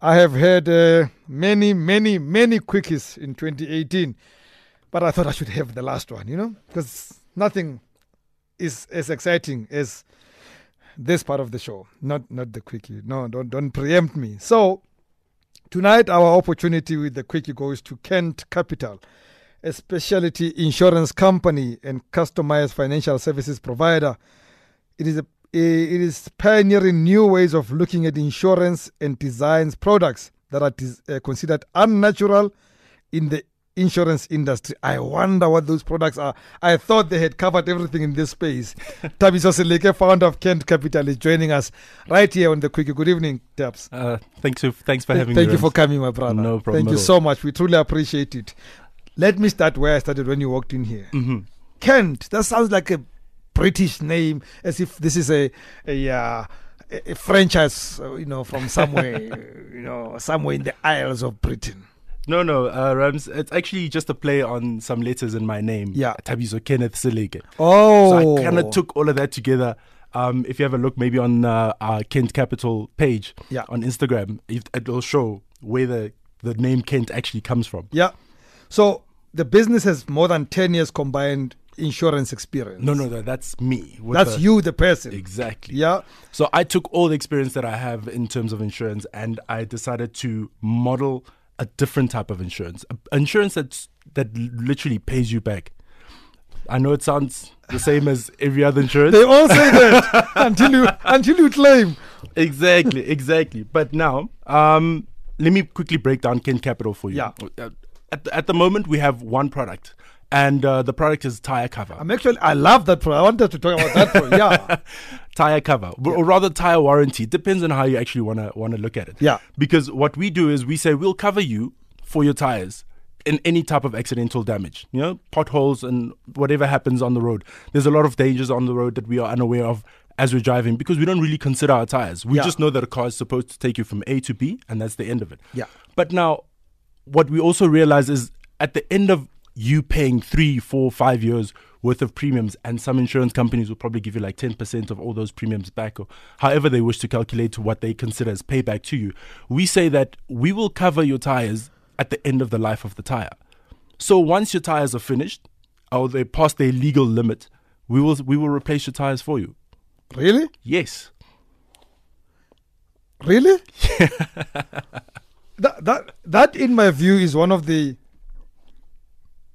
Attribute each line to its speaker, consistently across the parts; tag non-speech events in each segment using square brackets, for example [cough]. Speaker 1: I have had uh, many, many, many quickies in 2018, but I thought I should have the last one, you know, because nothing is as exciting as this part of the show. Not not the quickie. No, don't don't preempt me. So tonight our opportunity with the quickie goes to Kent Capital, a specialty insurance company and customized financial services provider. It is a it is pioneering new ways of looking at insurance and designs products that are dis- uh, considered unnatural in the insurance industry. I wonder what those products are. I thought they had covered everything in this
Speaker 2: [laughs]
Speaker 1: space. Tabiso Seleke, founder of Kent Capital, is joining us right here on the Quickie. Good evening, Tabs.
Speaker 2: Uh, thanks, for, thanks for having
Speaker 1: Thank
Speaker 2: me.
Speaker 1: you for coming, my brother.
Speaker 2: No problem
Speaker 1: Thank you
Speaker 2: at all.
Speaker 1: so much. We truly appreciate it. Let me start where I started when you walked in here.
Speaker 2: hmm
Speaker 1: Kent. That sounds like a British name, as if this is a a, uh, a a franchise, uh, you know, from
Speaker 2: [laughs]
Speaker 1: somewhere, uh, you know, somewhere in the Isles of Britain.
Speaker 2: No, no, uh, Rams. It's actually just a play on some letters in my name.
Speaker 1: Yeah.
Speaker 2: Tabiso Kenneth Seleke.
Speaker 1: Oh,
Speaker 2: So I kind of took all of that together. Um, if you have a look, maybe on uh, our Kent Capital page
Speaker 1: Yeah.
Speaker 2: on Instagram, it, it'll show where the, the name Kent actually comes from.
Speaker 1: yeah. So the business has more than ten years combined insurance experience.
Speaker 2: No, uh, no, no, that's me. with
Speaker 1: that's
Speaker 2: the-
Speaker 1: you, the person.
Speaker 2: Exactly.
Speaker 1: Yeah,
Speaker 2: So I took all the experience that I have in terms of insurance and I decided to model a different type of insurance. A- Insurance that's, that l- literally pays you back. I know it sounds the same as every other insurance.
Speaker 1: they all say that [laughs] until you until you claim.
Speaker 2: [laughs] exactly, exactly. But now, um, let me quickly break down Kin Capital for you.
Speaker 1: Yeah.
Speaker 2: Uh, At the, at the moment, we have one product, and uh, the product is tire cover.
Speaker 1: I'm actually I love that. Pro- I wanted to talk about that. Pro-
Speaker 2: [laughs]
Speaker 1: yeah,
Speaker 2: tire cover, or- or rather tire warranty. Depends on how you actually wanna wanna look at it.
Speaker 1: Yeah.
Speaker 2: Because what we do is we say we'll cover you for your tires in any type of accidental damage. You know, potholes and whatever happens on the road. There's a lot of dangers on the road that we are unaware of as we're driving because we don't really consider our tires. We
Speaker 1: Yeah.
Speaker 2: just know that a car is supposed to take you from A to B and that's the end of it.
Speaker 1: Yeah.
Speaker 2: But now what we also realize is at the end of you paying three, four, five years worth of premiums, and some insurance companies will probably give you like 10% of all those premiums back, or however they wish to calculate to what they consider as payback to you. We say that we will cover your tires at the end of the life of the tire. So once your tires are finished, or they pass their legal limit, we will we will replace your tires for you.
Speaker 1: really,
Speaker 2: Yes. [laughs]
Speaker 1: really. that that that in my view is one of the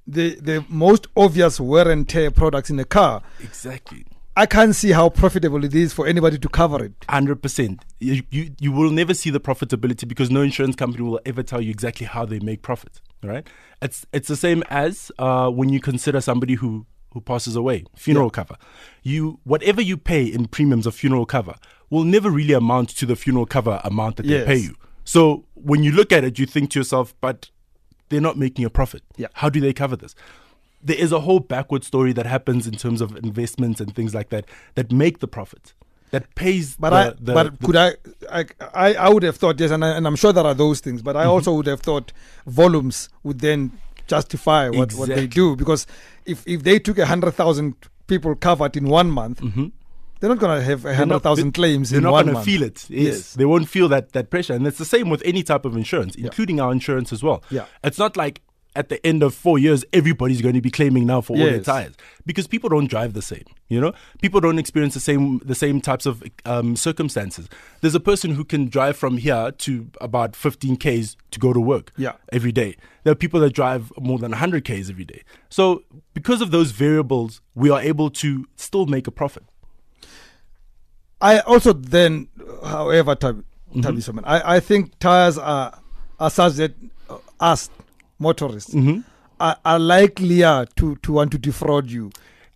Speaker 1: the the most obvious wear and tear products in a car.
Speaker 2: Exactly.
Speaker 1: I can't see how profitable it is for anybody to cover it.
Speaker 2: Hundred percent. You, you you will never see the profitability because no insurance company will ever tell you exactly how they make profit. all Right? It's it's the same as uh, when you consider somebody who who passes away, funeral cover. You whatever you pay in premiums of funeral cover will never really amount to the funeral cover amount that
Speaker 1: Yes.
Speaker 2: they pay you. So when you look at it, you think to yourself, but they're not making a profit.
Speaker 1: Yeah.
Speaker 2: How do they cover this? There is a whole backward story that happens in terms of investments and things like that that make the profit, that pays.
Speaker 1: But
Speaker 2: the,
Speaker 1: I
Speaker 2: the,
Speaker 1: but
Speaker 2: the-
Speaker 1: could I, I I I would have thought yes, and I, and I'm sure there are those things. But I
Speaker 2: Mm-hmm.
Speaker 1: also would have thought volumes would then justify what, what they
Speaker 2: Exactly.
Speaker 1: do because if if they took a hundred thousand people covered in one month, they're not gonna have a
Speaker 2: Mm-hmm. they're
Speaker 1: hundred
Speaker 2: not-
Speaker 1: thousand
Speaker 2: they-
Speaker 1: claims
Speaker 2: They're
Speaker 1: in
Speaker 2: not
Speaker 1: one
Speaker 2: gonna
Speaker 1: month.
Speaker 2: feel it. Yes.
Speaker 1: Yes.
Speaker 2: they won't feel that that pressure, and it's the same with any type of insurance, including our insurance as well.
Speaker 1: Yeah.
Speaker 2: it's not like at the end of four years everybody's going to be claiming now for all their
Speaker 1: Yes.
Speaker 2: tires because people don't drive the same. You know, people don't experience the same the same types of um, circumstances. There's a person who can drive from here to about 15 k's to go to work
Speaker 1: Yeah.
Speaker 2: every day. There are people that drive more than 100 k's every day. So because of those variables, we are able to still make a profit.
Speaker 1: I also then, however, Tab-
Speaker 2: Mm-hmm.
Speaker 1: Tabi Soman, I, I think tires are, are such that uh, us motorists
Speaker 2: Mm-hmm.
Speaker 1: are, are likelier to, to want to defraud you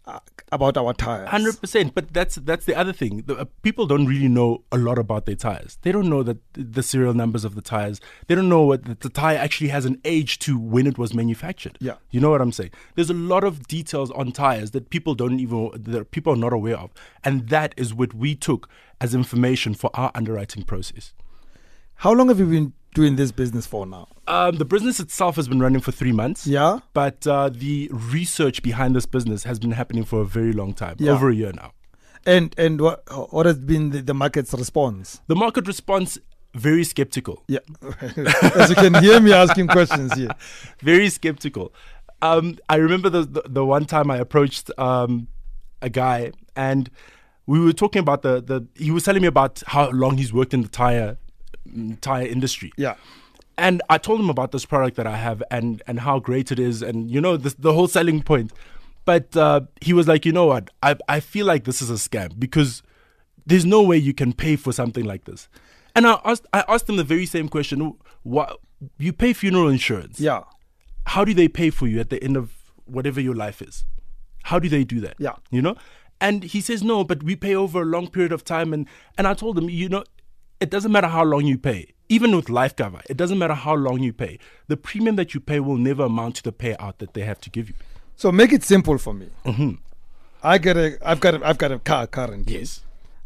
Speaker 1: uh, about our tires.
Speaker 2: Hundred percent. But that's that's the other thing. The, uh, people don't really know a lot about their tires. They don't know that the serial numbers of the tires. They don't know what that the tire actually has an age to when it was manufactured.
Speaker 1: Yeah.
Speaker 2: you know what I'm saying. There's a lot of details on tires that people don't even that people are not aware of, and that is what we took as information for our underwriting process.
Speaker 1: How long have you been doing this business for now?
Speaker 2: Um, the business itself has been running for three months.
Speaker 1: Yeah.
Speaker 2: But uh, the research behind this business has been happening for a very long time,
Speaker 1: Yeah.
Speaker 2: over a year now.
Speaker 1: And and what what has been the, the market's response?
Speaker 2: The market response very skeptical.
Speaker 1: Yeah. [laughs] As you can hear me asking questions here.
Speaker 2: very skeptical. Um, I remember the, the the one time I approached um, a guy and we were talking about the the he was telling me about how long he's worked in the tire mm, tire industry.
Speaker 1: Yeah.
Speaker 2: And I told him about this product that I have and and how great it is and you know this, the whole selling point. But uh, he was like, you know what? I I feel like this is a scam because there's no way you can pay for something like this. And I asked I asked him the very same question. What you pay funeral insurance?
Speaker 1: Yeah.
Speaker 2: how do they pay for you at the end of whatever your life is? How do they do that?
Speaker 1: Yeah.
Speaker 2: You know? And he says, no, but we pay over a long period of time. And, and I told him, you know, it doesn't matter how long you pay. Even with life cover, it doesn't matter how long you pay. The premium that you pay will never amount to the payout that they have to give you.
Speaker 1: So make it simple for me.
Speaker 2: Mm-hmm.
Speaker 1: I get a I've got a, I've got a car currently.
Speaker 2: Yes.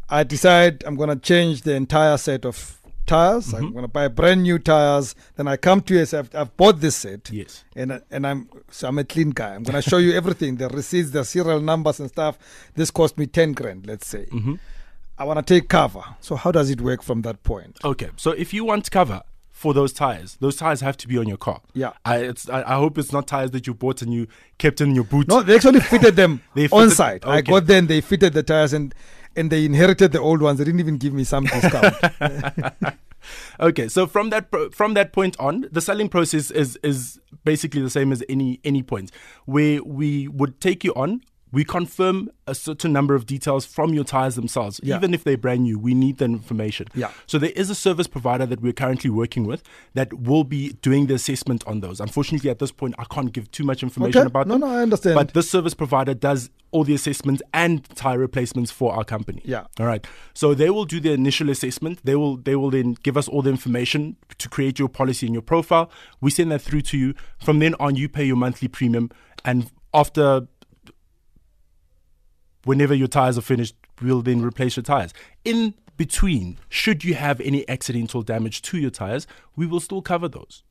Speaker 1: I decide I'm gonna change the entire set of tires.
Speaker 2: Mm-hmm.
Speaker 1: I'm gonna buy brand new tires. Then I come to you and say, I've, I've bought this set.
Speaker 2: Yes.
Speaker 1: And I- and I'm so I'm a clean guy. I'm gonna show you [laughs] everything: the receipts, the serial numbers, and stuff. This cost me ten grand, let's say.
Speaker 2: Mm-hmm.
Speaker 1: I wanna take cover. So how does it work from that point?
Speaker 2: Okay. So if you want cover for those tires, those tires have to be on your car.
Speaker 1: Yeah.
Speaker 2: I, it's, I, I hope it's not tires that you bought and you kept in your boot.
Speaker 1: No, they actually fitted them
Speaker 2: [laughs] They
Speaker 1: on
Speaker 2: fitted-
Speaker 1: site. I
Speaker 2: okay.
Speaker 1: got there and they fitted the tires and and they inherited the old ones. They didn't even give me some
Speaker 2: [laughs]
Speaker 1: discount.
Speaker 2: okay so from that pro- from that point on the selling process is is basically the same as any any point where we would take you on we confirm a certain number of details from your tires themselves
Speaker 1: Yeah.
Speaker 2: even if they're brand new we need the information
Speaker 1: Yeah.
Speaker 2: so there is a service provider that we're currently working with that will be doing the assessment on those unfortunately at this point i can't give too much information
Speaker 1: Okay.
Speaker 2: about
Speaker 1: No,
Speaker 2: them,
Speaker 1: no, I understand.
Speaker 2: but this service provider does all the assessments and tire replacements for our company
Speaker 1: Yeah.
Speaker 2: all right. So they will do the initial assessment. They will they will then give us all the information to create your policy and your profile. We send that through to you. From then on, you pay your monthly premium, and after whenever your tires are finished, we'll then replace your tires. In between, should you have any accidental damage to your tires, we will still cover those.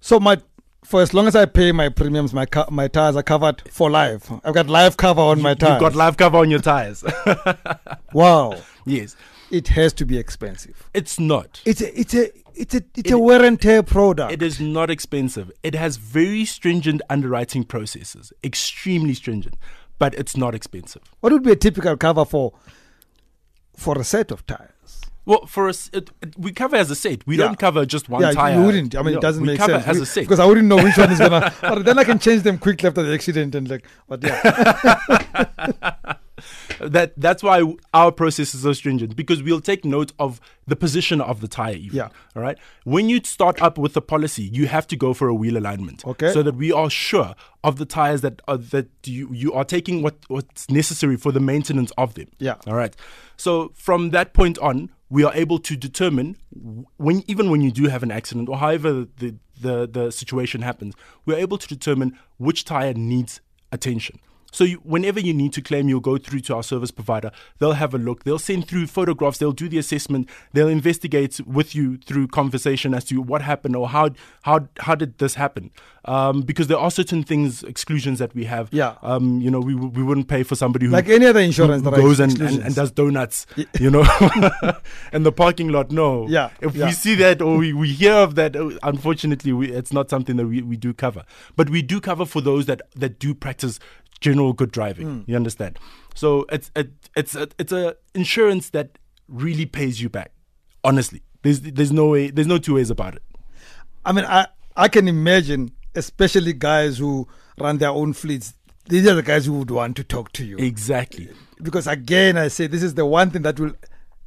Speaker 1: So my for as long as I pay my premiums, my co- my tires are covered for life. I've got life cover on my tires.
Speaker 2: You've got live cover on your tires. [laughs]
Speaker 1: wow,
Speaker 2: yes.
Speaker 1: it has to be expensive.
Speaker 2: It's not.
Speaker 1: It's a it's a it's a it's a wear and tear product.
Speaker 2: It is not expensive. It has very stringent underwriting processes, extremely stringent, but it's not expensive.
Speaker 1: what would be a typical cover for for a set of tires?
Speaker 2: Well, for us, it, it, we cover as a set. We
Speaker 1: Yeah.
Speaker 2: don't cover just one
Speaker 1: yeah,
Speaker 2: tire.
Speaker 1: you wouldn't. I mean,
Speaker 2: No,
Speaker 1: it doesn't
Speaker 2: we
Speaker 1: make
Speaker 2: cover
Speaker 1: sense
Speaker 2: as
Speaker 1: We-
Speaker 2: a set.
Speaker 1: because I wouldn't know which one is
Speaker 2: [laughs]
Speaker 1: gonna. but then I can change them quickly after the accident and like. But yeah, [laughs]
Speaker 2: That that's why our process is so stringent because we'll take note of the position of the tire. Even,
Speaker 1: Yeah.
Speaker 2: All right. When you start up with the policy, you have to go for a wheel alignment.
Speaker 1: Okay.
Speaker 2: So that we are sure of the tires that are, that you you are taking what what's necessary for the maintenance of them.
Speaker 1: Yeah.
Speaker 2: All right. So from that point on, we are able to determine w- when even when you do have an accident or however the the, the situation happens, we are able to determine which tire needs attention. So you, whenever you need to claim, you'll go through to our service provider. They'll have a look. They'll send through photographs. They'll do the assessment. They'll investigate with you through conversation as to what happened or how how how did this happen. Um, because there are certain things exclusions that we have.
Speaker 1: Yeah.
Speaker 2: Um, you know, we w- we wouldn't pay for somebody who
Speaker 1: like any other insurance
Speaker 2: who
Speaker 1: that
Speaker 2: goes
Speaker 1: I
Speaker 2: and, and, and does donuts, you know, [laughs] in the parking lot. No.
Speaker 1: Yeah,
Speaker 2: If
Speaker 1: yeah.
Speaker 2: we see that or we, we hear of that, uh, unfortunately, we, it's not something that we, we do cover. But we do cover for those that, that do practice general good
Speaker 1: Hmm.
Speaker 2: driving. You understand? So it's it, it's a, it's a insurance that really pays you back. Honestly, there's there's no way there's no two ways about it.
Speaker 1: I mean, I I can imagine, especially guys who run their own fleets. These are the guys who would want to talk to you.
Speaker 2: Exactly.
Speaker 1: because again I say this is the one thing that will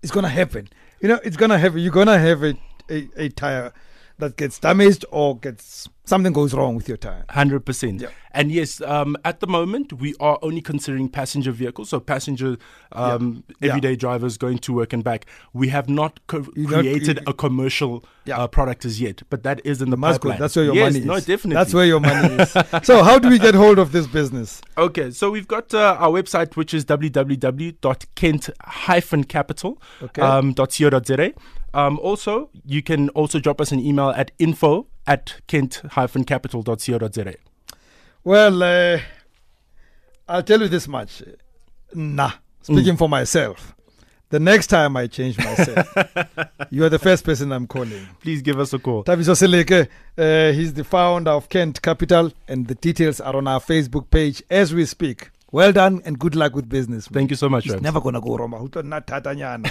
Speaker 1: it's gonna happen. You know, it's gonna happen. You're gonna have a, a, a tire that gets damaged or gets something goes wrong with your tire.
Speaker 2: Hundred percent,
Speaker 1: Yeah.
Speaker 2: and yes, um, at the moment we are only considering passenger vehicles, so passenger, um,
Speaker 1: Yeah.
Speaker 2: everyday drivers going to work and back. We have not co-
Speaker 1: You don't-
Speaker 2: created
Speaker 1: you-
Speaker 2: a commercial
Speaker 1: Yeah.
Speaker 2: uh, product as yet, but that is in the
Speaker 1: Must go.
Speaker 2: pipeline.
Speaker 1: That's where your
Speaker 2: yes,
Speaker 1: money is.
Speaker 2: No, definitely.
Speaker 1: That's where your
Speaker 2: [laughs]
Speaker 1: money is. so how do we get hold of this business?
Speaker 2: Okay, so we've got uh, our website, which is www.kent-capital.co.za.
Speaker 1: Okay.
Speaker 2: Um, .co.za. um, also, you can also drop us an email at info at kent-capital.co.za.
Speaker 1: Well, uh,
Speaker 2: Mm.
Speaker 1: I'll tell you this much. Nah. Speaking for myself, The next time I change
Speaker 2: [laughs]
Speaker 1: myself, you are the first person I'm calling.
Speaker 2: Please give us a call.
Speaker 1: Tabiso Seleke, uh, he's the founder of Kent Capital, and the details are on our Facebook page as we speak. Well done and good luck with business.
Speaker 2: Thank you so much.
Speaker 1: It's
Speaker 2: Rams.
Speaker 1: never going to go wrong. Utlo nathatha nyana.